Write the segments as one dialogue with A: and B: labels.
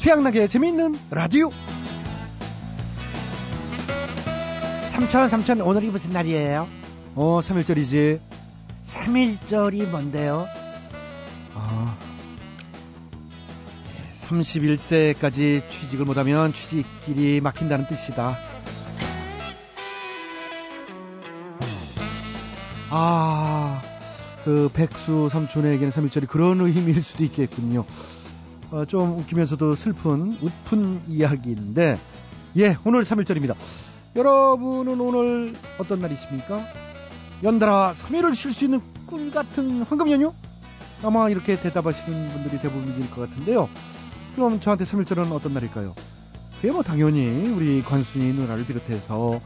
A: 태양나게 재미있는 라디오.
B: 삼촌 삼촌 오늘이 무슨 날이에요?
A: 어, 3일절이지.
B: 삼일절이 뭔데요?
A: 아. 31세까지 취직을 못하면 취직길이 막힌다는 뜻이다. 아, 그 백수 삼촌에게는 3일절이 그런 의미일 수도 있겠군요. 어, 좀 웃기면서도 슬픈, 웃픈 이야기인데, 예, 오늘 3일절입니다. 여러분은 오늘 어떤 날이십니까? 연달아 3일을 쉴 수 있는 꿀 같은 황금 연휴? 아마 이렇게 대답하시는 분들이 대부분일 것 같은데요. 그럼 저한테 3일절은 어떤 날일까요? 그게 뭐 당연히 우리 관순이 누나를 비롯해서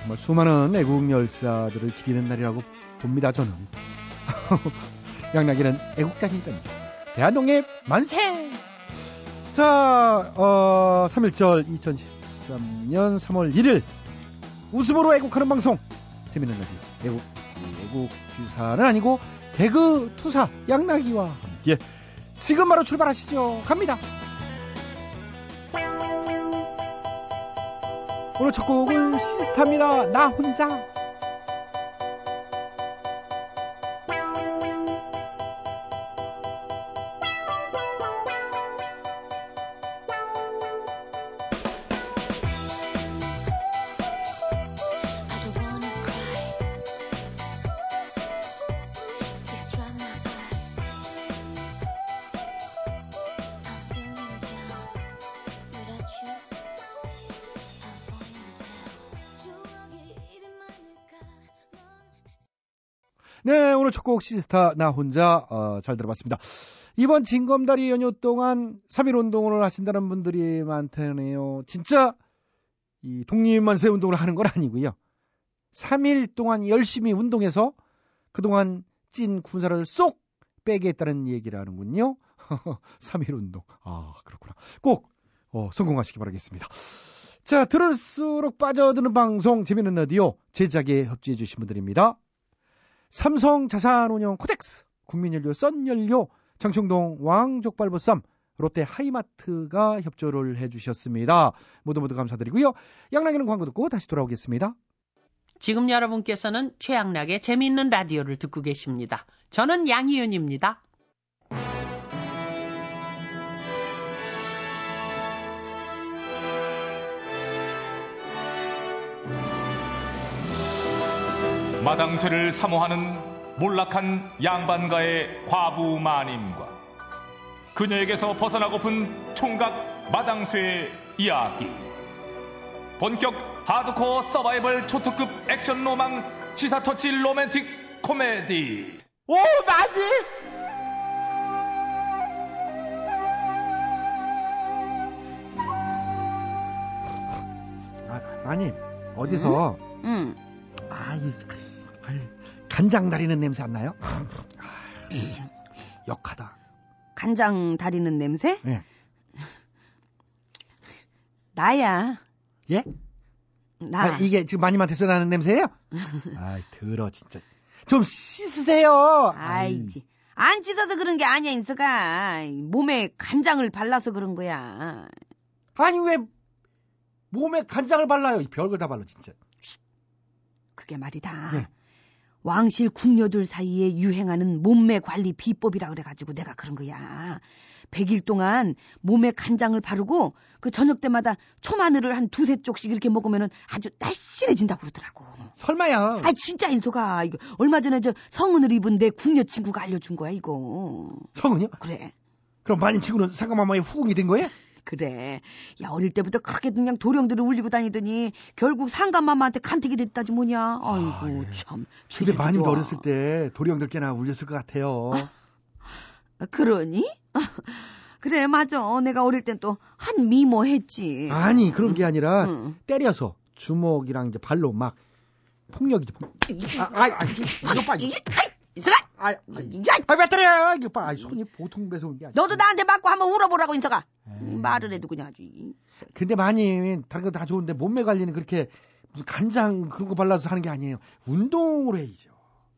A: 정말 수많은 애국 열사들을 기리는 날이라고 봅니다, 저는. 양락이는 애국자니까요. 대한독립 만세! 자, 어, 3일절 2013년 3월 1일 웃음으로 애국하는 방송 재미있는 라디오 애국, 애국 기사는 아니고 개그 투사 양나기와 함께 지금 바로 출발하시죠. 갑니다. 오늘 첫 곡은 시스타입니다. 나 혼자.
C: I don't wanna cry. Please dry my eyes. I'm feeling down. Without you, I'm falling down. 추억의 이름만일까? 넌
A: 네, 오늘 첫 곡 시스타 나 혼자 어, 잘 들어봤습니다. 이번 진검다리 연휴 동안 3.1 운동을 하신다는 분들이 많다네요. 진짜 이 독립만세 운동을 하는 건 아니고요. 3일 동안 열심히 운동해서 그동안 찐 군사를 쏙 빼겠다는 얘기를 하는군요. 3.1 운동. 아, 그렇구나. 꼭 어, 성공하시기 바라겠습니다. 자, 들을수록 빠져드는 방송 재미있는 라디오 제작에 협조해 주신 분들입니다. 삼성 자산운용 코덱스, 국민연료 썬연료, 장충동 왕족발보쌈, 롯데 하이마트가 협조를 해주셨습니다. 모두 모두 감사드리고요. 양락이는 광고 듣고 다시 돌아오겠습니다.
D: 지금 여러분께서는 최양락의 재미있는 라디오를 듣고 계십니다. 저는 양희윤입니다.
E: 마당쇠를 사모하는 몰락한 양반가의 과부 마님과 그녀에게서 벗어나고픈 총각 마당쇠의 이야기 본격 하드코어 서바이벌 초특급 액션 로망 시사터치 로맨틱 코미디
B: 오 맞지?
A: 아, 니 어디서
D: 음,
A: 아이, 아이, 간장 다리는 냄새 안 나요? 아, 역하다.
D: 간장 다리는 냄새?
A: 예.
D: 나야.
A: 예?
D: 나.
A: 아, 이게 지금 마님한테 서나는 냄새예요? 아이 들어 진짜. 좀 씻으세요.
F: 아이,
A: 아이,
F: 안 찢어서 그런 게 아니야, 인서가. 몸에 간장을 발라서 그런 거야.
A: 아니 왜 몸에 간장을 발라요? 이 별걸 다 발라 진짜.
F: 그게 말이다.
A: 예.
F: 왕실 궁녀들 사이에 유행하는 몸매 관리 비법이라 그래가지고 내가 그런 거야. 100일 동안 몸에 간장을 바르고 그 저녁 때마다 초마늘을 한 두세 쪽씩 이렇게 먹으면 아주 날씬해진다고 그러더라고.
A: 설마야.
F: 아 진짜 인소가 이거 얼마 전에 저 성은을 입은 내 궁녀 친구가 알려준 거야 이거.
A: 성은요?
F: 그래.
A: 그럼 마님 친구는 상가마마의 후궁이 된 거예요?
F: 그래. 야, 어릴 때부터 그렇게 그냥 도령들을 울리고 다니더니 결국 상감마마한테 간택이 됐다지 뭐냐. 아이고, 참.
A: 근데
F: 죄도
A: 마님도
F: 좋아.
A: 어렸을 때 도령들 꽤나 울렸을 것 같아요.
F: 아, 그러니? 그래, 맞아. 내가 어릴 땐 또 한 미모 했지.
A: 아니 그런 게 아니라
F: 응.
A: 때려서 주먹이랑 이제 발로 막 폭력이죠. 폭- 아, 아이, 아이, 이거 봐. 이거.
F: 인석아!
A: 아이,
F: 야,
A: 아왜 때려? 이거 봐. 아이, 손이 보통 배서 온게 음. 아니야.
F: 너도 나한테 맞고 한번 울어보라고, 인석아.
A: 에이.
F: 말을 해도 그냥 아주.
A: 근데 마님 다른 거 다 좋은데 몸매 관리는 그렇게 무슨 간장 그런 거 발라서 하는 게 아니에요. 운동으로 해야죠.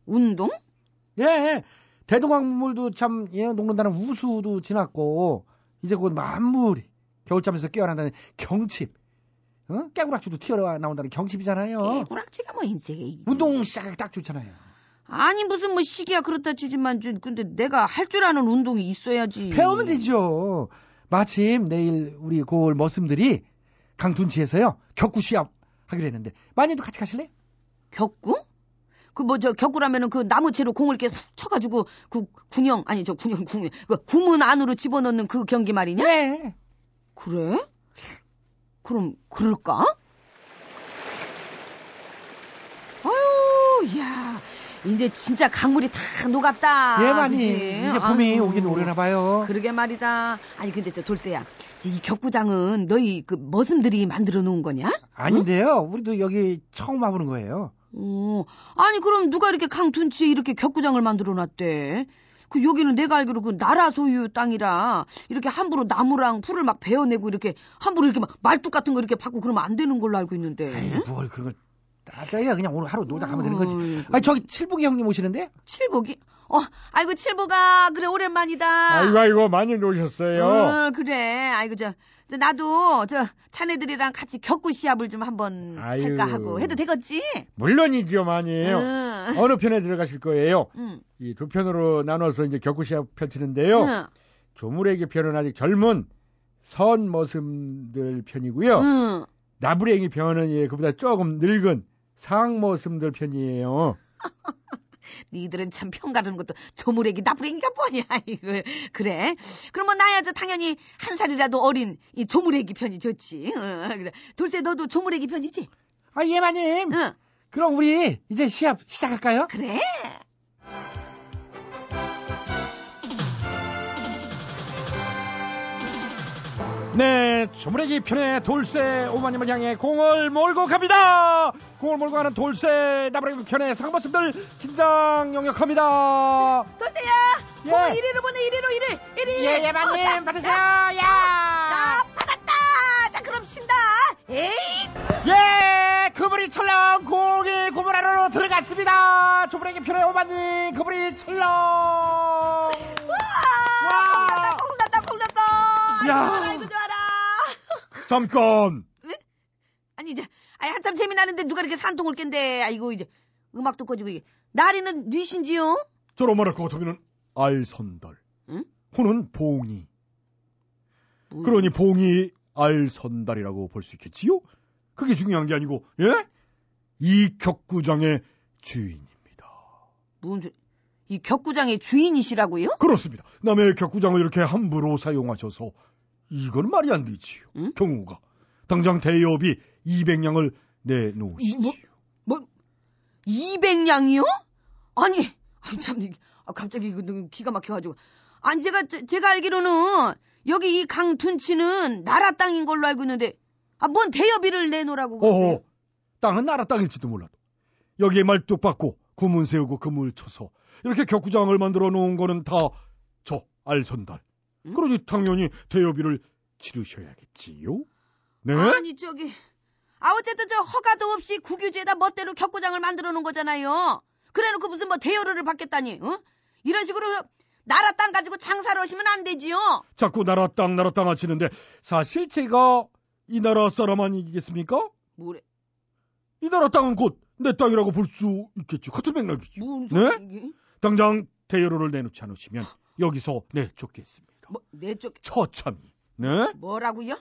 F: 운동?
A: 예, 예. 대동강물도 참 예, 녹는다는 우수도 지났고 이제 곧 만물이 겨울잠에서 깨어난다는 경칩. 어? 깨구락지도 튀어나온다는 경칩이잖아요.
F: 꾸락지가 뭐 인생에
A: 운동 시작하기 딱 좋잖아요.
F: 아니 무슨 뭐 시기야 그렇다 치지만 좀 근데 내가 할 줄 아는 운동이 있어야지.
A: 배우면 되죠. 마침 내일 우리 고을 머슴들이 강둔치에서요. 격구 시합 하기로 했는데 마님도 같이 가실래요?
F: 격구? 그 뭐 저 격구라면은 그 나무채로 공을 이렇게 훅 쳐가지고 그 군형 아니 저 군형 군형 그 구문 안으로 집어넣는 그 경기 말이냐?
A: 네.
F: 그래? 그럼 그럴까? 아유, 야, 이제 진짜 강물이 다 녹았다.
A: 예, 마님.
F: 아, 그치?
A: 이제 봄이
F: 아유,
A: 오긴 오려나 봐요.
F: 그러게 말이다. 아니 근데 저 돌쇠야, 이제 이 격구장은 너희 그 머슴들이 만들어 놓은 거냐?
A: 아닌데요. 우리도 여기 처음 와보는 거예요.
F: 오, 어. 아니 그럼 누가 이렇게 강둔치에 이렇게 격구장을 만들어 놨대? 그 여기는 내가 알기로 그 나라 소유 땅이라 이렇게 함부로 나무랑 풀을 막 베어내고 이렇게 함부로 이렇게 막 말뚝 같은 거 이렇게 받고 그러면 안 되는 걸로 알고
A: 에이,
F: 있는데.
A: 뭘 그걸 따져야 그냥 오늘 하루 놀다 가면 되는
F: 어이구.
A: 거지. 아니 저기 칠복이 형님 오시는데?
F: 칠복이? 어, 아이고 칠복아, 그래 오랜만이다.
G: 아이고 많이 노셨어요.
F: 어, 그래. 아이고 저, 저 나도 저 자네들이랑 같이 격구 시합을 좀 한번
G: 아유.
F: 할까 하고 해도 되겠지?
G: 물론이죠 많이. 요
F: 응.
G: 어느 편에 들어가실 거예요?
F: 응.
G: 이 두 편으로 나눠서 이제 격구시합 펼치는데요.
F: 응.
G: 조물애기 편은 아직 젊은 선 머슴들 편이고요.
F: 응.
G: 나부랭이 편은 예, 그보다 조금 늙은 상 머슴들 편이에요.
F: 니들은 참 평가하는 것도 조물애기 나부랭이가 뭐냐 이거 그래 그럼 뭐 나야 저 당연히 한 살이라도 어린 이 조물애기 편이 좋지 어, 그래. 돌쇠 너도 조물애기 편이지
A: 아 예 마님.
F: 응
A: 그럼 우리 이제 시합 시작할까요?
F: 그래
G: 네, 조물애기 편의 돌쇠 오마님을 향해 공을 몰고 갑니다. 공을 몰고 가는 돌쇠 나부랭이 편의 상 머슴들 긴장 영역합니다.
F: 돌쇠야
G: 예.
F: 공을 이리로 보내 이리로 이리 이리
B: 예, 예,
F: 어, 나,
B: 마님, 받으세요. 야!
F: 나 받았다 자 그럼 친다 에이
B: 예! 그분이 철렁 공이
A: 고물 안으로 들어갔습니다. 조물에게 편의 오마님 그분이 철렁.
F: 와 공났다 공났다
A: 야.
F: 공났다 이거 좋아라
G: 잠깐.
F: 아니 이제 아이 한참 재미나는데 누가 이렇게 산통을 깬대 아이고 이제 음악도 꺼지고 이게 나리는 뉘신지요?
G: 저로말할 것 같으면 알선달.
F: 응?
G: 호는 봉이. 그러니 봉이 알선달이라고 볼 수 있겠지요? 그게 중요한 게 아니고, 예? 이 격구장의 주인입니다.
F: 뭔 소리? 이 격구장의 주인이시라고요?
G: 그렇습니다. 남의 격구장을 이렇게 함부로 사용하셔서 이건 말이 안 되지요.
F: 응?
G: 경우가 당장 대여비 200량을 내놓으시지요.
F: 뭐? 200냥이요? 아니, 아니 참 이게- 아, 갑자기 이거 너무 기가 막혀가지고. 아니 제가 제- 제가 알기로는 여기 이 강 둔치는 나라 땅인 걸로 알고 있는데 아 뭔 대여비를 내놓으라고 그러세요?
G: 어허, 땅은 나라 땅일지도 몰라도 여기에 말뚝 박고 구문 세우고 그물 쳐서 이렇게 격구장을 만들어 놓은 거는 다 저 알선달.
F: 응?
G: 그러니 당연히 대여비를 치르셔야겠지요. 네?
F: 아니 저기 아 어쨌든 저 허가도 없이 국유지에다 멋대로 격구장을 만들어 놓은 거잖아요. 그래놓고 무슨 뭐 대여료를 받겠다니, 어? 이런 식으로 나라 땅 가지고 장사를 하시면 안 되지요.
G: 자꾸 나라 땅 나라 땅 하시는데 사실 제가 이 나라 사람 아니겠습니까?
F: 뭐래?
G: 이 나라 땅은 곧 내 땅이라고 볼 수 있겠죠. 같은 맥락이죠.
F: 뭔
G: 네?
F: 소리야?
G: 당장 대여료를 내놓지 않으시면 여기서 내쫓겠습니다.
F: 뭐내쪽
G: 처참히. 네?
F: 뭐라고요?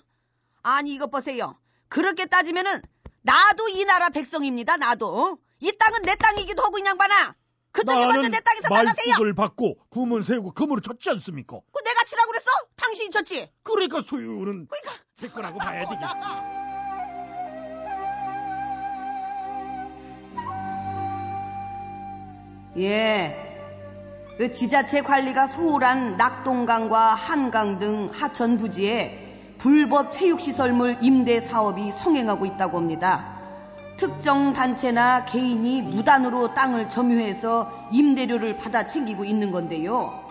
F: 아니 이것 보세요. 그렇게 따지면은 나도 이 나라 백성입니다. 나도 이 땅은 내 땅이기도 하고 이 양반아. 그쪽이 먼저 내 땅에서 나가세요.
G: 말뚝을 받고 구문 세우고 그물을 쳤지 않습니까?
F: 그 내가 치라고 그랬어? 당신이 쳤지. 아,
G: 그러니까 소유는 제 거라고 봐야 되겠지.
F: 예. 그 지자체 관리가 소홀한 낙동강과 한강 등 하천 부지에 불법 체육시설물 임대 사업이 성행하고 있다고 합니다. 특정 단체나 개인이 무단으로 땅을 점유해서 임대료를 받아 챙기고 있는 건데요.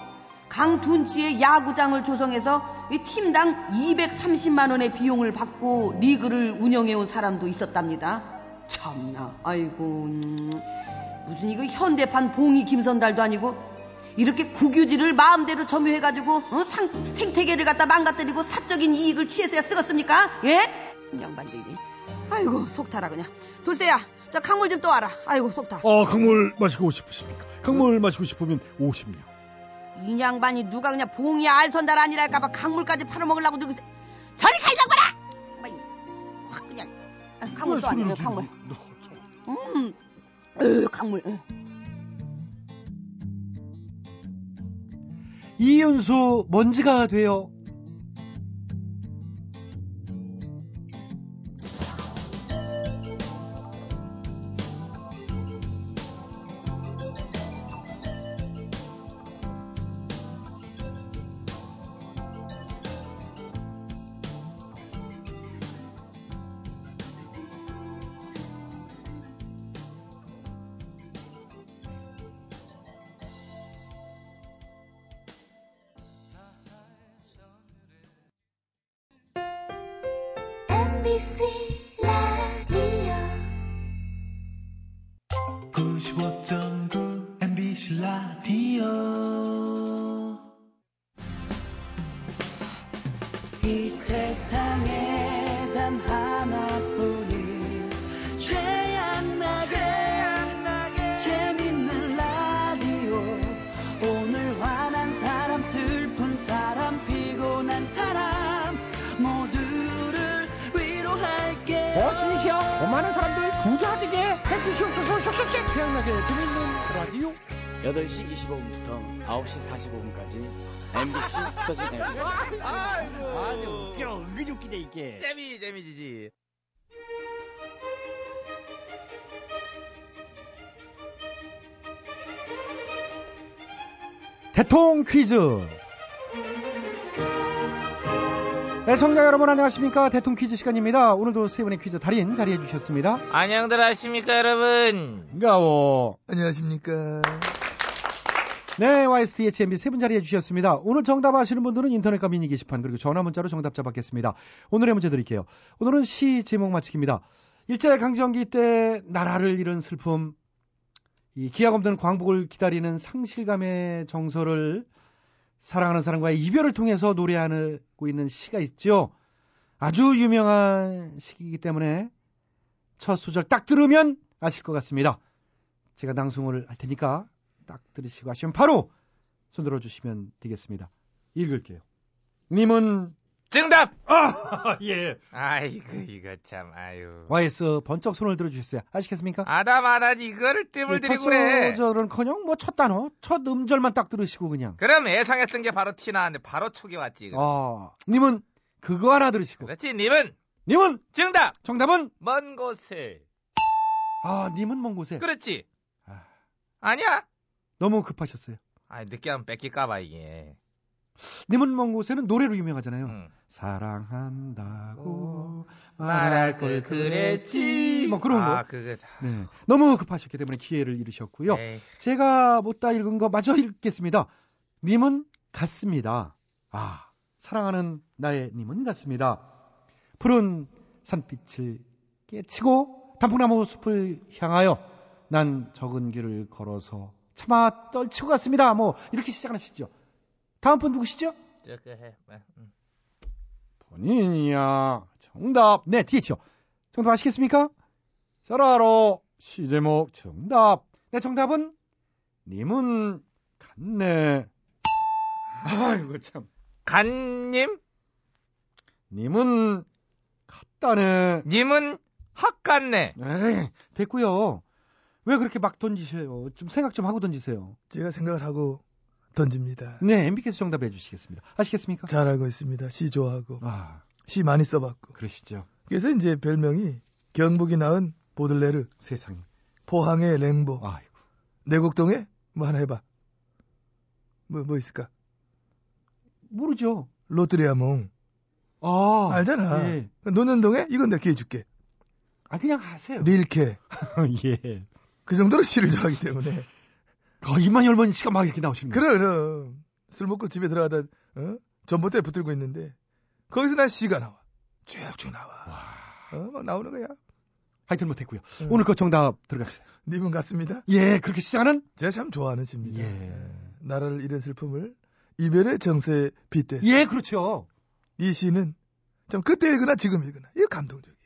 F: 강둔치에 야구장을 조성해서 이 팀당 230만 원의 비용을 받고 리그를 운영해온 사람도 있었답니다. 참나, 아이고, 음, 무슨 이거 현대판 봉이 김선달도 아니고 이렇게 국유지를 마음대로 점유해가지고 어? 상, 생태계를 갖다 망가뜨리고 사적인 이익을 취해서야 쓰겠습니까? 예? 양반들이 아이고 속타라 그냥 돌쇠야 저 강물 좀 또 와라 아이고 속타
A: 어, 강물 마시고 싶으십니까? 강물 마시고 싶으면 50년.
F: 이 양반이 누가 그냥 봉이 알선달 아니랄까봐 강물까지 팔아먹으려고 누구 세... 저리 가 이 양반아! 막 이- 확 그냥 아, 강물 또 아니에요 강물 음, 으, 강물 응.
A: 이윤수 먼지가 돼요.
C: MBC 라디오
H: 이 세상에 단 하나뿐인 최악나게 재밌는 라디오 오늘 화난 사람 슬픈 사람 피곤한 사람 모두를 위로할게
G: 어순이시여 많은 사람들 부자 되게 해주시옵소서 슉슉슉 태양나게 재밌는 라디오
I: 8시 25분부터 9시 45분까지 MBC 터진 앱.
A: 대통 퀴즈. 네, 애청자 여러분 안녕하십니까? 대통 퀴즈 시간입니다. 오늘도 세 분의 퀴즈 달인 자리해 주셨습니다.
J: 안녕들 하십니까 여러분
A: 가오.
K: 안녕하십니까.
A: 네, YSTHMB 세 분 자리해 주셨습니다. 오늘 정답 아시는 분들은 인터넷과 미니 게시판 그리고 전화 문자로 정답자 받겠습니다. 오늘의 문제 드릴게요. 오늘은 시 제목 맞히기입니다. 일제 강점기 때 나라를 잃은 슬픔, 이 기약 없는 광복을 기다리는 상실감의 정서를 사랑하는 사람과의 이별을 통해서 노래하고 있는 시가 있죠. 아주 유명한 시기이기 때문에 첫 소절 딱 들으면 아실 것 같습니다. 제가 낭송을 할 테니까 딱 들으시고 하시면 바로 손 들어주시면 되겠습니다. 읽을게요. 님은
J: 정답
A: 아, 예.
J: 아이고 이거 참 아유
A: YS 번쩍 손을 들어주셨어요. 아시겠습니까?
J: 아다마다 이거를 뜸을
A: 첫
J: 들이고 그래
A: 소절은커녕 뭐 첫 단어, 첫 음절만 딱 들으시고 그냥.
J: 그럼 예상했던 게 바로 티 나는데 바로 촉이 왔지 그럼.
A: 아, 님은 그거 하나 들으시고.
J: 그렇죠. 그렇지 님은
A: 님은
J: 정답
A: 정답은
J: 먼 곳에
A: 아, 님은 먼 곳에
J: 그렇지
A: 아.
J: 아니야
A: 너무 급하셨어요.
J: 아 늦게 하면 뺏길까봐 이게
A: 님은 먼 곳에는 노래로 유명하잖아요.
J: 응.
A: 사랑한다고
J: 말할 걸 그랬지
A: 뭐 그런
J: 아,
A: 거.
J: 그거 다 네.
A: 네, 너무 급하셨기 때문에 기회를 잃으셨고요.
J: 에이,
A: 제가 못다 읽은 거 마저 읽겠습니다. 님은 같습니다. 아, 사랑하는 나의 님은 같습니다. 푸른 산빛을 깨치고 단풍나무 숲을 향하여 난 적은 길을 걸어서 차마 떨치고 갔습니다. 뭐 이렇게 시작하시죠. 다음 분 누구시죠?
J: 저거 해 뭐, 응.
A: 본인이야. 정답. 네, 뒤에 있죠. 정답 아시겠습니까? 자라로 시제목 정답. 네, 정답은 님은 갔네. 아이고 참.
J: 간님
A: 님은 갔다네.
J: 님은 학 같네
A: 에이, 됐고요. 왜 그렇게 막 던지세요? 좀 생각 좀 하고 던지세요.
K: 제가 생각을 하고 던집니다.
A: 네, MB께서 정답해 주시겠습니다. 아시겠습니까?
K: 잘 알고 있습니다. 시 좋아하고
A: 아,
K: 시 많이 써봤고.
A: 그러시죠.
K: 그래서 이제 별명이 경북이 낳은 보들레르,
A: 세상에.
K: 포항의 랭보,
A: 아이고.
K: 내곡동에 뭐 하나 해봐. 뭐 뭐 있을까?
A: 모르죠.
K: 로트리아 몽
A: 아.
K: 알잖아.
A: 예.
K: 노년동에 이건 내가 기회 줄게.
A: 아, 그냥 하세요.
K: 릴케
A: 예.
K: 그 정도로 시를 좋아하기 때문에.
A: 어, 입만 열면 시가 막 이렇게 나오시는
K: 그럼
A: 거예요.
K: 그럼 술 먹고 집에 들어가다 어? 전봇대에 붙들고 있는데 거기서 난 시가 나와. 쭉쭉 나와. 어, 막 나오는 거야.
A: 하여튼 뭐 못했고요.
K: 음.
A: 오늘 그 정답 들어갑시다.
K: 님은 같습니다.
A: 예, 그렇게 시작하는
K: 제가 참 좋아하는 시입니다.
A: 예.
K: 예. 나라를 잃은 슬픔을 이별의 정세에 빗대.
A: 예, 그렇죠.
K: 이 시는 참 그때 읽으나 지금 읽으나 이거 감동적이에요.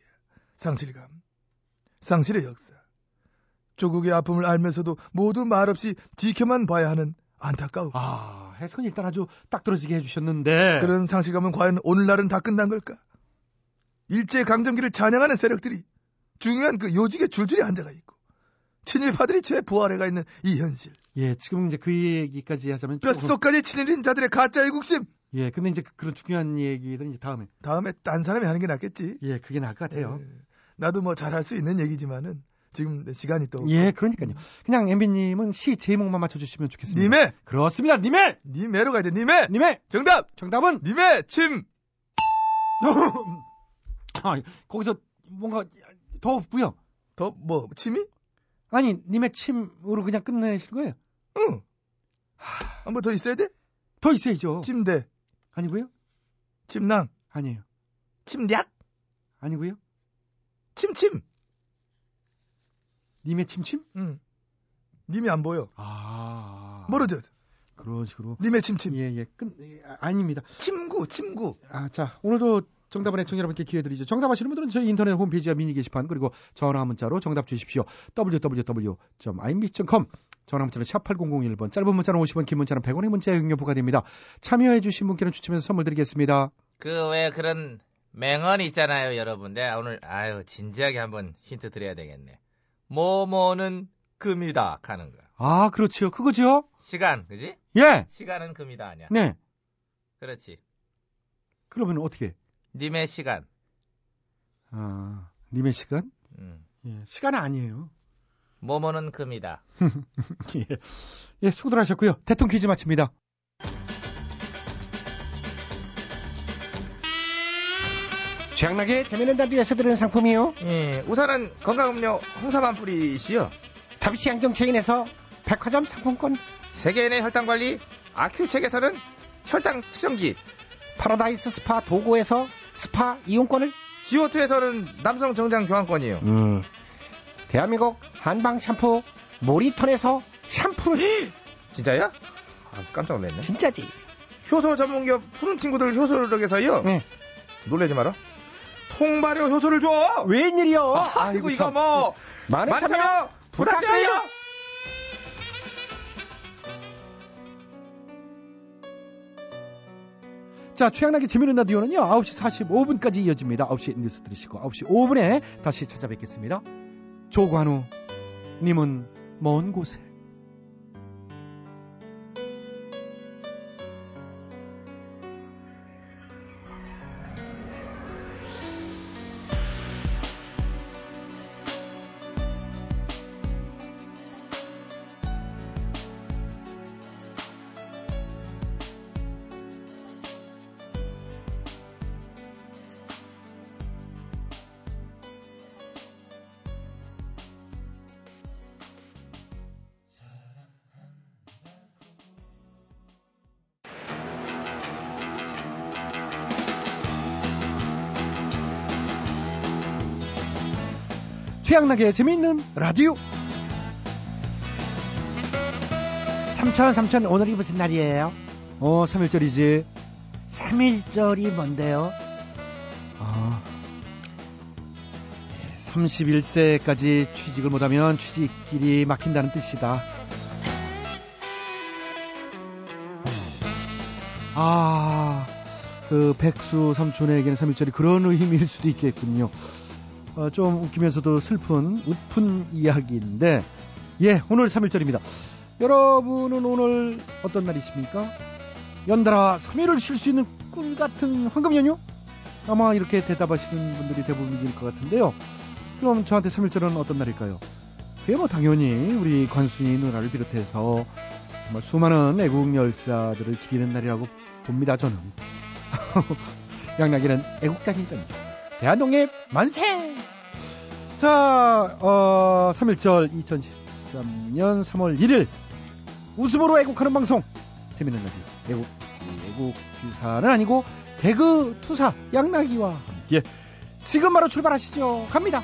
K: 상실감, 상실의 역사, 조국의 아픔을 알면서도 모두 말없이 지켜만 봐야 하는 안타까움.
A: 아, 해석은 일단 아주 딱 떨어지게 해주셨는데.
K: 그런 상실감은 과연 오늘날은 다 끝난 걸까? 일제 강점기를 찬양하는 세력들이 중요한 그 요직에 줄줄이 앉아가 있고 친일파들이 재부활해가 있는 이 현실.
A: 예, 지금 이제 그 얘기까지 하자면 조금-
K: 뼛속까지 친일인 자들의 가짜 애국심.
A: 예, 근데 이제 그- 그런 중요한 얘기들은 이제 다음에.
K: 다음에 딴 사람이 하는 게 낫겠지.
A: 예, 그게 나을 것 같아요.
K: 예. 나도 뭐 잘할 수 있는 얘기지만은 지금 내 시간이 또
A: 예, 그러니까요. 그냥 엠비님은 시 제목만 맞춰주시면 좋겠습니다.
K: 님의
A: 그렇습니다, 님의
K: 님의로 네, 가야 돼. 님의
A: 님의
K: 정답
A: 네 정답은
K: 님의 침.
A: 아, 거기서 뭔가 더 없고요.
K: 더 뭐 침이?
A: 아니, 님의 침으로 그냥 끝내실 거예요?
K: 응. 한번 더 있어야 돼?
A: 더 있어야죠.
K: 침대,
A: 아니고요?
K: 침낭,
A: 아니에요.
K: 침략,
A: 아니고요?
K: 침침.
A: 님의 침침?
K: 응. 님이 안 보여.
A: 아.
K: 멀어져.
A: 그런 식으로.
K: 님의 침침.
A: 예, 예. 끝, 예, 아, 아닙니다.
K: 침구, 침구.
A: 아, 자, 오늘도 정답은 애청 여러분께 기회 드리죠. 정답 아시는 분들은 저희 인터넷 홈페이지와 미니 게시판 그리고 전화 문자로 정답 주십시오. www.imbc.com 전화 문자는 샵 8001번 짧은 문자는 50원 긴 문자는 100원의 문자에 응용 부과됩니다. 참여해 주신 분께는 추첨해서 선물 드리겠습니다.
J: 그 왜 그런 맹언 있잖아요, 여러분. 내가 오늘 아유 진지하게 한번 힌트 드려야 되겠네. 뭐뭐는 금이다 하는 거.
A: 아, 그렇죠. 그거죠?
J: 시간, 그지?
A: 예.
J: 시간은 금이다 아니야.
A: 네.
J: 그렇지.
A: 그러면 어떻게?
J: 님의 시간.
A: 아, 님의 시간?
J: 음.
A: 예, 시간은 아니에요.
J: 뭐뭐는 금이다.
A: 예. 예, 수고들 하셨고요. 대통령 퀴즈 마칩니다.
B: 최양락의 재미있는 단비에서 드리는 상품이요.
J: 예, 우선은 건강음료 홍삼 한 뿌리시요.
B: 다비치 양정 체인에서 백화점 상품권,
J: 세계인의 혈당 관리 아큐 책에서는 혈당 측정기,
B: 파라다이스 스파 도고에서 스파 이용권을,
J: 지오투에서는 남성 정장 교환권이요.
B: 음, 대한민국 한방 샴푸 모리턴에서 샴푸를
J: 진짜야? 아, 깜짝 놀랐네.
B: 진짜지.
J: 효소 전문기업 푸른 친구들 효소력에서요.
B: 네.
J: 놀라지 마라. 통발효 효소를 줘.
B: 웬일이요?
J: 아, 아이고 이거 뭐
B: 많은
J: 많은
B: 참여
J: 참여 부탁드려요.
B: 부탁드려요.
A: 자, 최양락의 재미있는 라디오는요, 9시 45분까지 이어집니다. 9시 뉴스 들으시고, 9시 5분에 다시 찾아뵙겠습니다. 조관우, 님은 먼 곳에. 최양락의 재미있는 라디오.
B: 삼촌, 삼촌, 오늘이 무슨 날이에요?
A: 어, 3일절이지.
B: 삼일절이 뭔데요?
A: 아. 31세까지 취직을 못하면 취직길이 막힌다는 뜻이다. 아, 그 백수 삼촌에게는 3일절이 그런 의미일 수도 있겠군요. 어, 좀 웃기면서도 슬픈, 웃픈 이야기인데, 예, 오늘 3일절입니다. 여러분은 오늘 어떤 날이십니까? 연달아 3일을 쉴 수 있는 꿀 같은 황금 연휴? 아마 이렇게 대답하시는 분들이 대부분일 것 같은데요. 그럼 저한테 3일절은 어떤 날일까요? 그게 뭐 당연히 우리 관순이 누나를 비롯해서 정말 수많은 애국 열사들을 기리는 날이라고 봅니다, 저는. 양락이는 애국자니까요. 대한독립 만세! 자, 어, 3일절 2013년 3월 1일 웃음으로 애국하는 방송 재밌는 날이요. 애국, 애국 기사는 아니고 개그 투사 양나기와 함께 지금 바로 출발하시죠. 갑니다.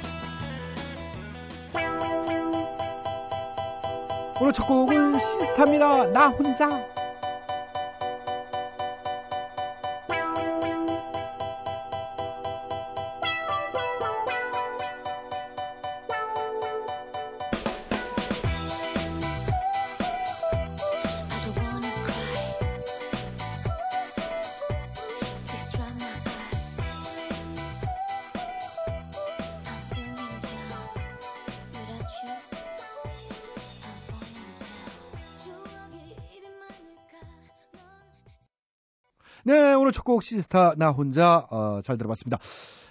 A: 오늘 첫 곡은 시스타입니다. 나 혼자. 네, 오늘 첫 곡 시스타 나 혼자 어, 잘 들어봤습니다.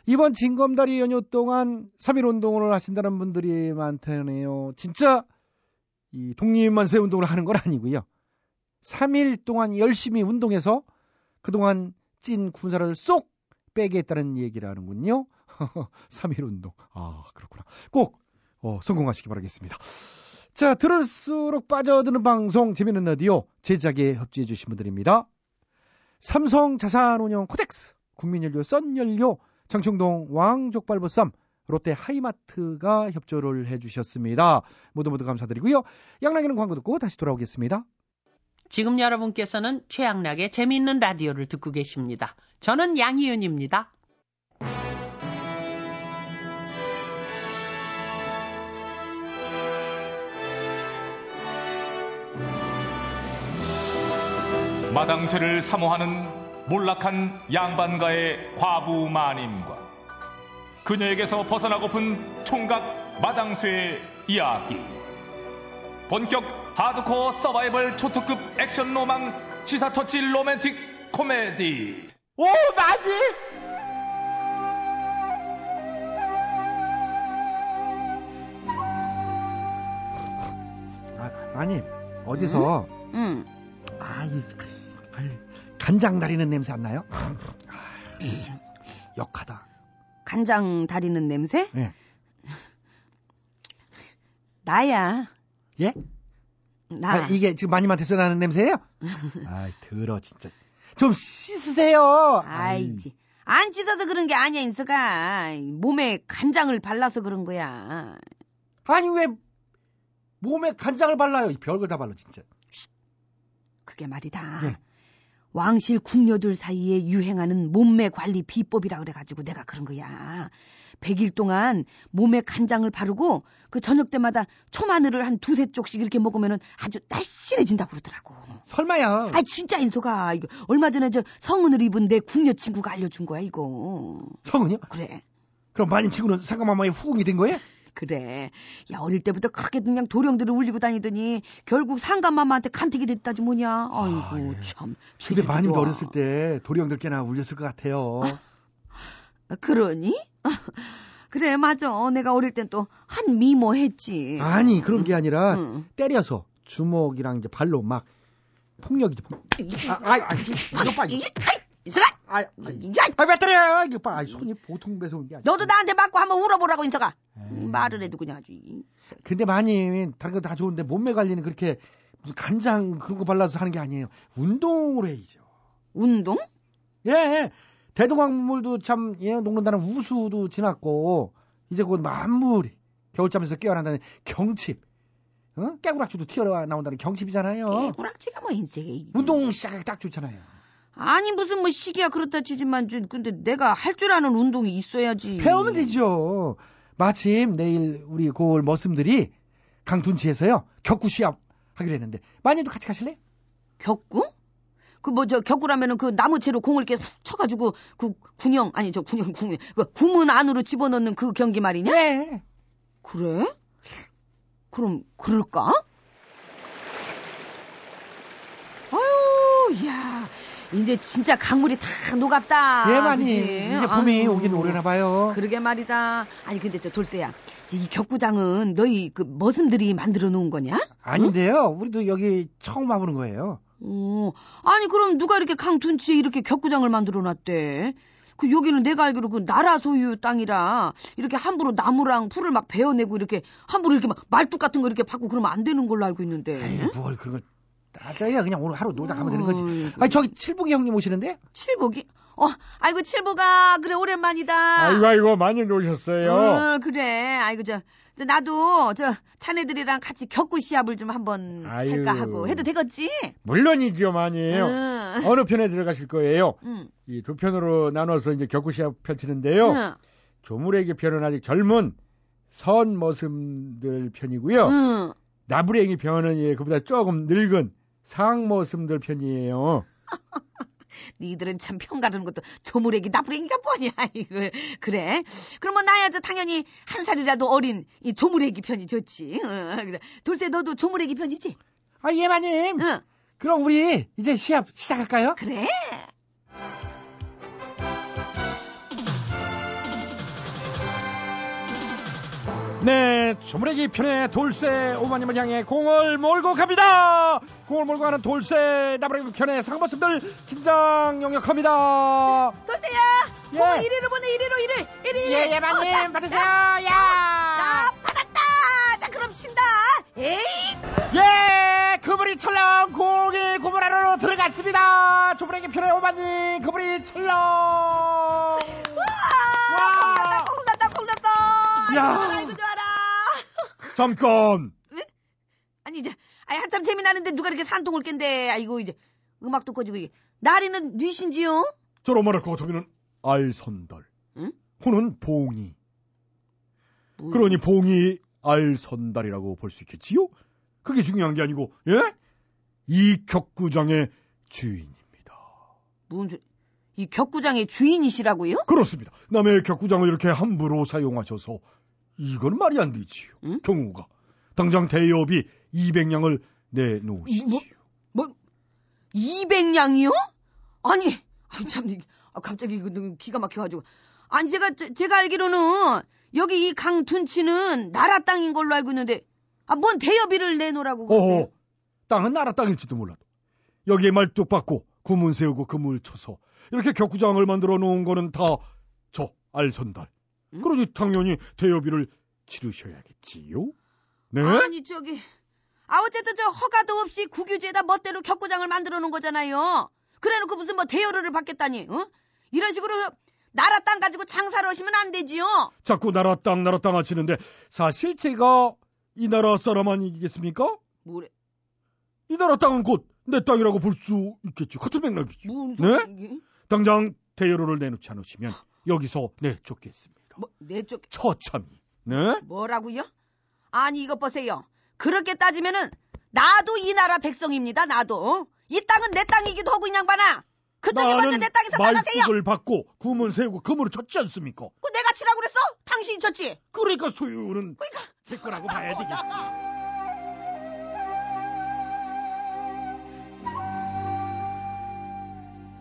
A: 이번 진검다리 연휴 동안 3.1 운동을 하신다는 분들이 많다네요. 진짜 이 독립만세 운동을 하는 건 아니고요. 3일 동안 열심히 운동해서 그동안 찐 군사를 쏙 빼겠다는 얘기를 하는군요. 3.1 운동. 아, 그렇구나. 꼭 어, 성공하시기 바라겠습니다. 자, 들을수록 빠져드는 방송 재미있는 라디오 제작에 협조해 주신 분들입니다. 삼성 자산운용 코덱스, 국민연료 썬연료, 장충동 왕족발보쌈, 롯데 하이마트가 협조를 해주셨습니다. 모두 모두 감사드리고요. 양락이는 광고 듣고 다시 돌아오겠습니다.
D: 지금 여러분께서는 최양락의 재미있는 라디오를 듣고 계십니다. 저는 양희은입니다.
E: 마당쇠를 사모하는 몰락한 양반가의 과부 마님과 그녀에게서 벗어나고픈 총각 마당쇠의 이야기 본격 하드코어 서바이벌 초특급 액션 로망 시사터치 로맨틱 코미디
L: 오 맞지?
A: 아, 니 어디서
D: 응.
A: 아이, 아이, 간장 다리는 냄새 안 나요? 역하다.
D: 간장 다리는 냄새?
A: 예.
D: 나야.
A: 예?
D: 나.
A: 아, 이게 지금 마님한테서 나는 냄새예요? 아이 더러 진짜. 좀 씻으세요.
F: 아이, 안 찢어서 그런 게 아니야, 인서가. 몸에 간장을 발라서 그런 거야.
A: 아니 왜 몸에 간장을 발라요? 이 별걸 다 발라 진짜.
F: 그게 말이다.
A: 예.
F: 왕실 궁녀들 사이에 유행하는 몸매 관리 비법이라 그래가지고 내가 그런 거야. 100일 동안 몸에 간장을 바르고 그 저녁 때마다 초마늘을 한 두세 쪽씩 이렇게 먹으면 아주 날씬해진다고 그러더라고.
A: 설마야.
F: 아 진짜 인소가 이거 얼마 전에 저 성은을 입은 내 궁녀 친구가 알려준 거야 이거.
A: 성은요?
F: 그래.
A: 그럼 마님 친구는 상가마마의 후궁이 된 거예요?
F: 그래. 야 어릴 때부터 그렇게 그냥 도령들을 울리고 다니더니 결국 상감마마한테 간택이 됐다지 뭐냐. 아이고
A: 예.
F: 참.
A: 근데
F: 죄들이
A: 마님도
F: 좋아.
A: 어렸을 때 도령들께나 울렸을 것 같아요.
F: 아, 그러니? 그래 맞아. 내가 어릴 땐 또 한 미모 했지.
A: 아니 그런 게 아니라
F: 음,
A: 때려서 주먹이랑 이제 발로 막 폭력이죠. 폭- 아, 아이, 아이, 이거 봐. 이거.
F: 인서가.
A: 아, 아왜 때려요? 이거 봐. 아이, 손이 보통 배송 게 아니야. 음.
F: 너도 나한테 맞고 한번 울어보라고 인서가. 말을 해도 그냥 아주. 이-
A: 근데 마님 다른 거 다 좋은데 몸매 관리는 그렇게 무슨 간장 그런 거 발라서 하는 게 아니에요. 운동으로 해야죠.
F: 운동?
A: 예. 예. 대동강물도 참 예, 녹는다는 우수도 지났고 이제 곧 만물이 겨울잠에서 깨어난다는 경칩. 어? 깨구락지도 튀어나온다는 경칩이잖아요.
F: 깨구락지가 뭐 인생에
A: 운동 시작하기 딱 좋잖아요.
F: 아니 무슨 뭐 시기야 그렇다 치지만 좀 근데 내가 할 줄 아는 운동이 있어야지.
A: 배우면 되죠. 마침 내일 우리 고을 머슴들이 강둔치에서요 격구 시합 하기로 했는데 마님도 같이 가실래요?
F: 격구? 그 뭐 저 격구라면은 그 나무채로 공을 이렇게 훅 쳐가지고 그 군형 아니 저 군형 궁 그 구문 안으로 집어넣는 그 경기 말이냐?
A: 네.
F: 그래? 그럼 그럴까? 아유, 야, 이제 진짜 강물이 다 녹았다.
A: 예 마님
F: 아, 그치?
A: 이제 봄이
F: 아유.
A: 오긴 오려나 봐요.
F: 그러게 말이다. 아니 근데 저 돌쇠야, 이제 이 격구장은 너희 그 머슴들이 만들어 놓은 거냐?
A: 아닌데요 우리도 여기 처음 와보는 거예요.
F: 오, 어. 아니 그럼 누가 이렇게 강둔치에 이렇게 격구장을 만들어 놨대? 그 여기는 내가 알기로 그 나라 소유 땅이라 이렇게 함부로 나무랑 풀을 막 베어내고 이렇게 함부로 이렇게 막 말뚝 같은 거 이렇게 받고 그러면 안 되는 걸로 알고 있는데.
A: 뭘 그걸 따져야 그냥 오늘 하루 놀다 가면 되는 거지. 아니 저기 칠복이 형님 오시는데?
F: 칠복이? 어, 아이고 칠복아, 그래 오랜만이다.
M: 아이고 아이고 많이 노셨어요.
F: 어, 그래, 아이고 저 이제 나도 저 자네들이랑 같이 격구 시합을 좀 한번
G: 아유.
F: 할까 하고 해도 되겠지?
G: 물론이죠, 많이에요.
F: 응.
G: 어느 편에 들어가실 거예요?
F: 응.
G: 이 두 편으로 나눠서 이제 격구시합 펼치는데요.
F: 응.
G: 조물애기 편은 아직 젊은 선 모습들 편이고요.
F: 응.
G: 나부랭이 편은 예, 그보다 조금 늙은 상 모습들 편이에요.
F: 니들은 참 평가하는 것도 조물애기 나부랭이가 뭐냐 이거 그래 그럼 뭐 나야 저 당연히 한 살이라도 어린 이 조물애기 편이 좋지 응. 그래서 돌쇠 너도 조물애기 편이지?
L: 아, 예, 마님.
F: 응.
L: 그럼 우리 이제 시합 시작할까요?
F: 그래?
B: 네, 조물애기 편의 돌쇠 오마님을 향해 공을 몰고 갑니다. 공을 몰고 가는 돌쇠 나부랭이 편의 상반수들 긴장 영역합니다.
F: 돌쇠야
B: 예.
F: 공을 이리로 뭐, 보내 이리로 이리 이리
L: 예, 예, 마님,
F: 자,
L: 받으세요.
F: 자,
L: 야.
F: 자 받았다 자 그럼 친다 에이
L: 예! 그분이 철렁 공이 고문 안으로 들어갔습니다. 조물에게 편의 오마님, 그분이 철렁.
F: 와! 아, 콩났다, 콩났다, 콩났다!
G: 야.
F: 야! 아, 이거 좋아라!
G: 잠깐!
F: 아니, 이제, 아니, 한참 재미나는데 누가 이렇게 산통을 깬대. 아이고, 이제, 음악도 꺼지고, 이게. 나리는 뉘신지요?
G: 저로마라 고토미는 알선달.
F: 응?
G: 호는 봉이.
F: 뭐야?
G: 그러니 봉이 알선달이라고 볼 수 있겠지요? 그게 중요한 게 아니고, 예? 이 격구장의 주인.
F: 뭔 소리. 이 격구장의 주인이시라고요?
G: 그렇습니다. 남의 격구장을 이렇게 함부로 사용하셔서 이건 말이 안 되지요. 경우가 당장 대여비 200냥을 내놓으시지요.
F: 뭐, 200냥이요? 아니, 아이, 참, 이게, 아, 갑자기 이거 너무 기가 막혀가지고. 아니, 제가, 제- 제가 알기로는, 여기 이 강 둔치는 나라 땅인 걸로 알고 있는데, 아, 뭔 대여비를 내놓으라고. 그러세요?
G: 어허, 땅은 나라 땅일지도 몰라도 여기에 말뚝 박고 구문 세우고 그물 쳐서 이렇게 격구장을 만들어 놓은 거는 다 저 알선달. 그러니 당연히 대여비를 치르셔야겠지요. 네?
F: 아니 저기 아 어쨌든 저 허가도 없이 국유지에다 멋대로 격구장을 만들어 놓은 거잖아요. 그래놓고 무슨 뭐 대여료를 받겠다니, 어? 이런 식으로 나라 땅 가지고 장사를 하시면 안 되지요.
G: 자꾸 나라 땅 나라 땅 하시는데 사실 제가 이 나라 사람 아니겠습니까?
F: 뭐래?
G: 이 나라 땅은 곧 내 땅이라고 볼 수 있겠죠. 같은 맥락이죠.
F: 뭔
G: 네?
F: 소리지?
G: 당장 대여료를 내놓지 않으시면 여기서 내쫓겠습니다.
F: 내쪽
G: 처참히. 네?
F: 뭐라고요? 아니 이것 보세요. 그렇게 따지면은 나도 이 나라 백성입니다. 나도 어? 이 땅은 내 땅이기도 하고 이 양반아. 그쪽이 먼저
G: 나는
F: 내 땅에서 나가세요.
G: 말뚝을 받고 구문 세우고 그물을 쳤지 않습니까?
F: 그 내가 치라고 그랬어? 당신이 쳤지.
G: 그러니까 소유는 제 거라고 봐야 되겠지.
F: 아,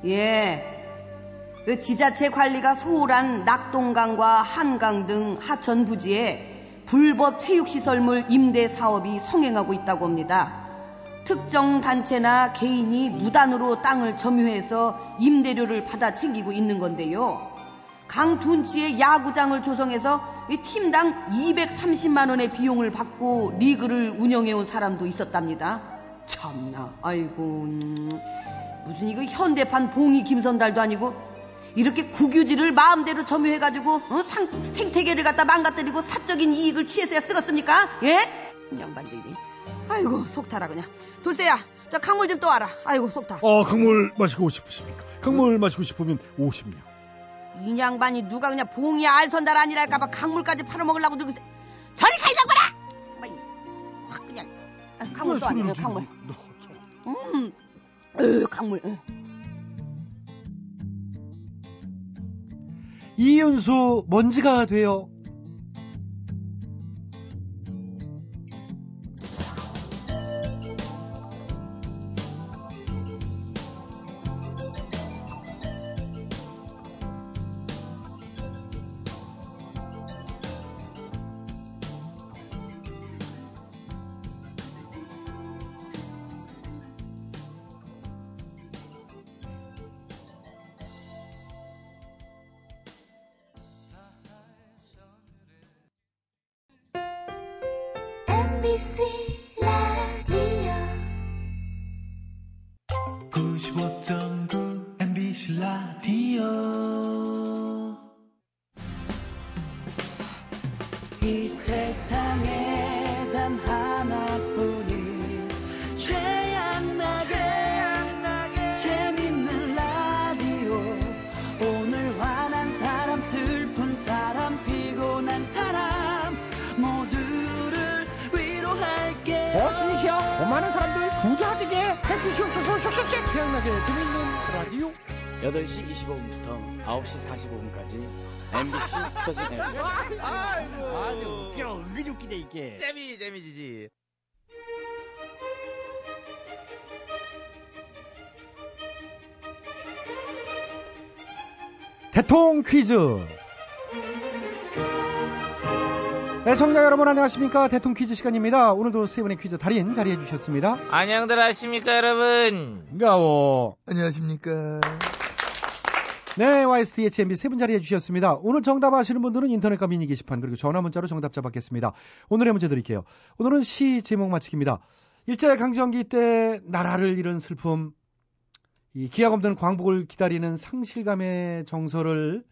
F: 예. 그 지자체 관리가 소홀한 낙동강과 한강 등 하천 부지에 불법 체육시설물 임대 사업이 성행하고 있다고 합니다. 특정 단체나 개인이 무단으로 땅을 점유해서 임대료를 받아 챙기고 있는 건데요. 강 둔치에 야구장을 조성해서 이 팀당 230만 원의 비용을 받고 리그를 운영해온 사람도 있었답니다. 참나, 아이고. 음. 무슨 이거 현대판 봉이 김선달도 아니고 이렇게 국유지를 마음대로 점유해가지고 어? 상- 생태계를 갖다 망가뜨리고 사적인 이익을 취해서야 쓰겠습니까? 예? 양반들이 아이고 속타라 그냥 돌쇠야 저 강물 좀 또 와라 아이고 속타
G: 아, 강물 마시고 싶으십니까? 강물 마시고 싶으면 50냥.
F: 이 양반이 누가 그냥 봉이 알선달 아니랄까봐 강물까지 팔아먹으려고 들고 있어 저리 가 이 양반아 막 이- 확 그냥 아, 강물 또 왔네 강물 음 으, 강물 응.
L: 이윤수 먼지가 돼요.
C: MBC 라디오
H: 95.9 MBC 라디오 이 세상에 단 하나뿐인 최악나게 재밌는 라디오 오늘 화난 사람 슬픈 사람 피곤한 사람 모두를 위로할게
B: 진시여 고마는 사람들 부자되게 해주시옵소서 쏙쏙쏙 태양나게 재밌는 라디오
I: 8시 25분부터 9시 45분까지 MBC 터진 앱.
B: 아주 웃겨 은근히 웃기네 이게
J: 재미 재미지지.
A: 대통 퀴즈. 애청자 여러분 안녕하십니까? 대통 퀴즈 시간입니다. 오늘도 세 분의 퀴즈 달인 자리해 주셨습니다.
J: 안녕들 하십니까 여러분?
A: 가오.
K: 안녕하십니까.
A: 네, YSTHMB 세 분 자리해 주셨습니다. 오늘 정답 아시는 분들은 인터넷과 미니 게시판 그리고 전화 문자로 정답자 받겠습니다. 오늘의 문제 드릴게요. 오늘은 시 제목 맞히기입니다. 일제 강점기 때 나라를 잃은 슬픔, 이 기약 없는 광복을 기다리는 상실감의 정서를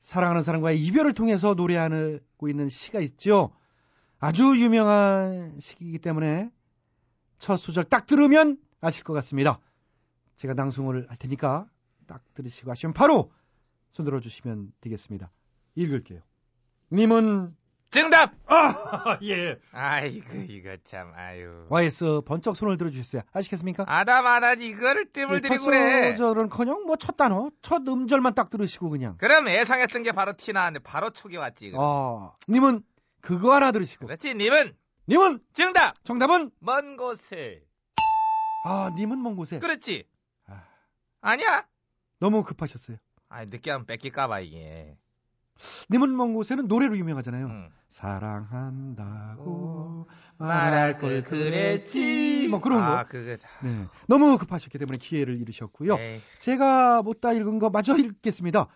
A: 사랑하는 사람과의 이별을 통해서 노래하고 있는 시가 있죠. 아주 유명한 시기이기 때문에 첫 소절 딱 들으면 아실 것 같습니다. 제가 낭송을 할 테니까 딱 들으시고 하시면 바로 손 들어주시면 되겠습니다. 읽을게요. 님은
J: 정답.
A: 아, 예.
J: 아이고 이거 참 아유.
A: YS 번쩍 손을 들어주셨어요. 아시겠습니까? 네,
J: 아담아담 이거를 뜸을
A: 첫
J: 들이고 그래.
A: 소절은커녕 뭐 첫 단어, 첫 음절만 딱 들으시고 그냥.
J: 그럼 예상했던 게 바로 티 나는데 바로 촉이 왔지. 이거.
A: 아, 님은 그거 하나 들으시고.
J: 그렇지 님은
A: 님은
J: 정답.
A: 정답은
J: 먼 곳에.
A: 아, 님은 먼 곳에
J: 그렇지.
A: 아.
J: 아니야.
A: 너무 급하셨어요.
J: 아 늦게 하면 뺏길까봐 이게.
A: 님은 먼 곳에는 노래로 유명하잖아요.
J: 응.
A: 사랑한다고
J: 말할 걸 그랬지.
A: 뭐 그런
J: 아
A: 거.
J: 그거. 네.
A: 네, 너무 급하셨기 때문에 기회를 잃으셨고요.
J: 에이,
A: 제가 못다 읽은 거 마저 읽겠습니다.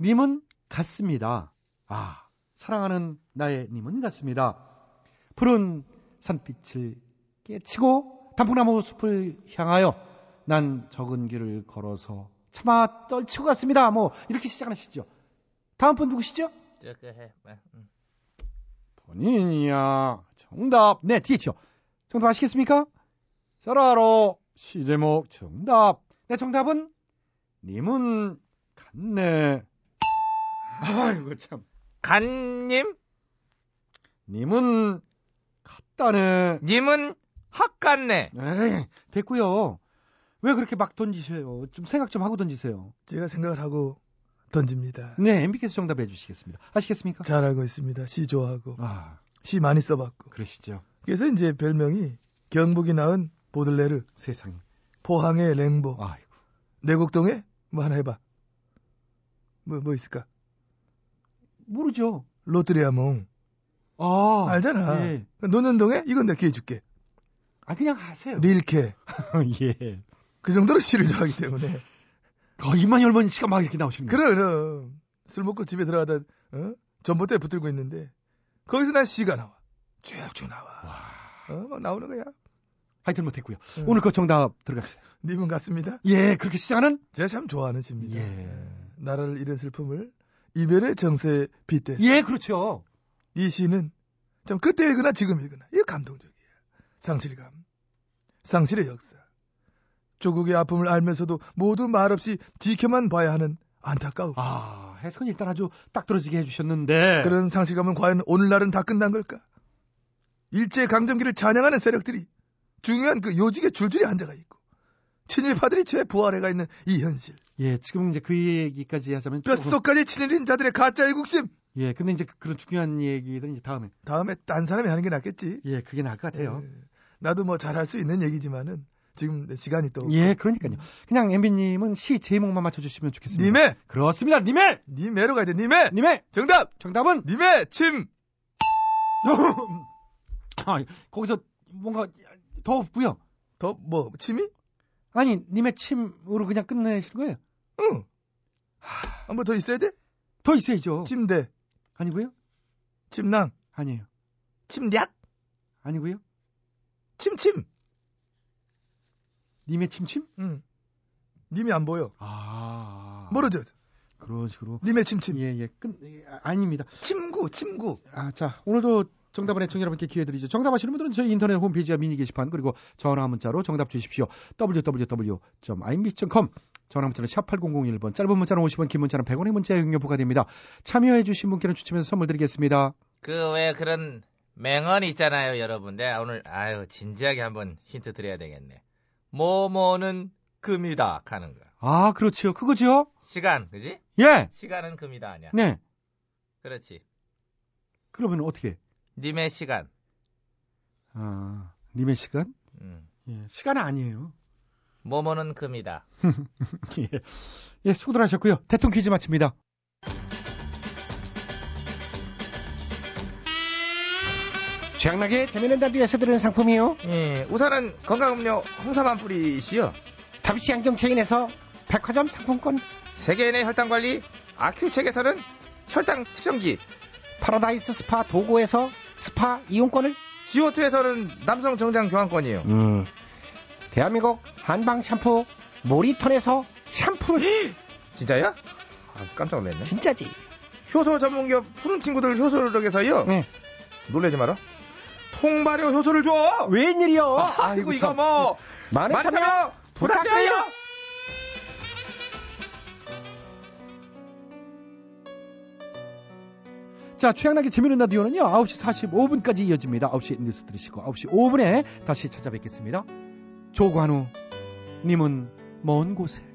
A: 님은 같습니다. 아, 사랑하는 나의 님은 같습니다. 푸른 산빛을 깨치고 단풍나무 숲을 향하여 난 적은 길을 걸어서 차마 떨치고 갔습니다. 뭐 이렇게 시작하시죠. 다음 분 누구시죠?
J: 저거 해. 뭐, 응.
A: 본인이야. 정답. 네, 뒤에 있죠. 정답 아시겠습니까? 설아로 시제목 정답. 네, 정답은 님은 갔네. 아이고 참.
J: 간님
A: 님은 갔다네.
J: 님은 학 갔네.
A: 에이, 됐고요. 왜 그렇게 막 던지세요? 좀 생각 좀 하고 던지세요.
K: 제가 생각을 하고 던집니다.
A: 네, MB께서 정답해 주시겠습니다. 아시겠습니까?
K: 잘 알고 있습니다. 시 좋아하고
A: 아,
K: 시 많이 써봤고.
A: 그러시죠.
K: 그래서 이제 별명이 경북이 낳은 보들레르,
A: 세상에.
K: 포항의 랭보,
A: 아이고.
K: 내곡동에 뭐 하나 해봐. 뭐 뭐 있을까?
A: 모르죠.
K: 로트리아 몽
A: 아.
K: 알잖아.
A: 예.
K: 노년동에 이건 내가 기회 줄게.
A: 아, 그냥 하세요.
K: 릴케
A: 예. 네.
K: 그 정도로 시를 좋아하기 때문에.
A: 거 입만 열면 시가 막 이렇게 나오시는 거예요.
K: 그럼 그럼 술 먹고 집에 들어가다 어? 전봇대 붙들고 있는데 거기서 난 시가 나와. 쭉쭉 나와. 어, 막 나오는 거야.
A: 하여튼 못했고요.
K: 음.
A: 오늘 그 정답 들어갑시다.
K: 님은 같습니다.
A: 예, 그렇게 시작하는
K: 제가 참 좋아하는 시입니다.
A: 예.
K: 나라를 잃은 슬픔을 이별의 정세에 빗대.
A: 예, 그렇죠.
K: 이 시는 참 그때 읽거나 지금 읽거나 이거 감동적이에요. 상실감, 상실의 역사, 조국의 아픔을 알면서도 모두 말없이 지켜만 봐야 하는 안타까움.
A: 아, 해선 일단 아주 딱 떨어지게 해주셨는데.
K: 그런 상실감은 과연 오늘날은 다 끝난 걸까? 일제 강점기를 찬양하는 세력들이 중요한 그 요직에 줄줄이 앉아가 있고 친일파들이 재부활해가 있는 이 현실.
A: 예, 지금 이제 그 얘기까지 하자면 조금-
K: 뼛속까지 친일인자들의 가짜 애국심.
A: 예, 근데 이제 그- 그런 중요한 얘기들은 이제 다음에.
K: 다음에 딴 사람이 하는 게 낫겠지.
A: 예, 그게 나을 것 같아요.
K: 예. 나도 뭐 잘할 수 있는 얘기지만은 지금 내 시간이 또
A: 예, 그러니까요. 그냥 엠비님은 시 제목만 맞춰주시면 좋겠습니다.
K: 님의
A: 그렇습니다, 님의!
K: 님의로 네. 가야 돼. 님의
A: 님의!
K: 정답.
A: 정답은!
K: 님의 침.
A: 아, 거기서 뭔가 더 없고요.
K: 더 뭐 침이?
A: 아니, 님의 침으로 그냥 끝내실 거예요.
K: 응. 한번 더 있어야 돼?
A: 더 있어야죠.
K: 침대,
A: 아니고요?
K: 침낭,
A: 아니에요.
K: 침략,
A: 아니고요?
K: 침침.
A: 님의 침침?
K: 응. 님이 안 보여.
A: 아.
K: 멀어져.
A: 그런 식으로.
K: 님의 침침.
A: 예, 예. 끝, 예, 아, 아닙니다.
K: 침구, 침구.
A: 아, 자, 오늘도 정답은 애청 여러분께 기회 드리죠. 정답 아시는 분들은 저희 인터넷 홈페이지와 미니 게시판 그리고 전화 문자로 정답 주십시오. www.imbc.com 전화 문자는 샵 8001번 짧은 문자는 50원 긴 문자는 100원의 문자 용료 부과됩니다. 참여해 주신 분께는 추첨해서 선물 드리겠습니다.
J: 그 왜 그런 맹언 있잖아요, 여러분들. 아, 오늘 아유 진지하게 한번 힌트 드려야 되겠네. 뭐뭐는 금이다 하는 거.
A: 아, 그렇지요. 그거죠?
J: 시간, 그지?
A: 예.
J: 시간은 금이다 아니야.
A: 네.
J: 그렇지.
A: 그러면 어떻게?
J: 님의 시간.
A: 아, 님의 시간?
J: 음.
A: 예, 시간은 아니에요.
J: 뭐뭐는 금이다.
A: 예. 예, 수고들 하셨고요. 대통령 퀴즈 마칩니다.
B: 최양락의 재미있는 라디오에서 드리는 상품이요.
L: 예, 우선은 건강음료 홍삼 한 뿌리시요.
B: 다비치 양정 체인에서 백화점 상품권.
L: 세계인의 혈당 관리 아큐 책에서는 혈당 측정기.
B: 파라다이스 스파 도고에서 스파 이용권을.
L: 지오투에서는 남성 정장 교환권이요.
B: 음. 대한민국 한방 샴푸 모리턴에서 샴푸를.
L: 진짜야? 아, 깜짝 놀랐네.
B: 진짜지.
L: 효소 전문기업 푸른 친구들 효소력에서요.
B: 네.
L: 놀라지 마라. 통발효 효소를 줘.
B: 웬일이요?
L: 아, 아이고 이거 뭐
B: 많은
L: 많은 참여,
B: 참여
L: 부탁드려요.
A: 자, 최양락의 재미있는 라디오는요, 9시 45분까지 이어집니다. 9시 뉴스 들으시고, 9시 5분에 다시 찾아뵙겠습니다. 조관우, 님은 먼 곳에.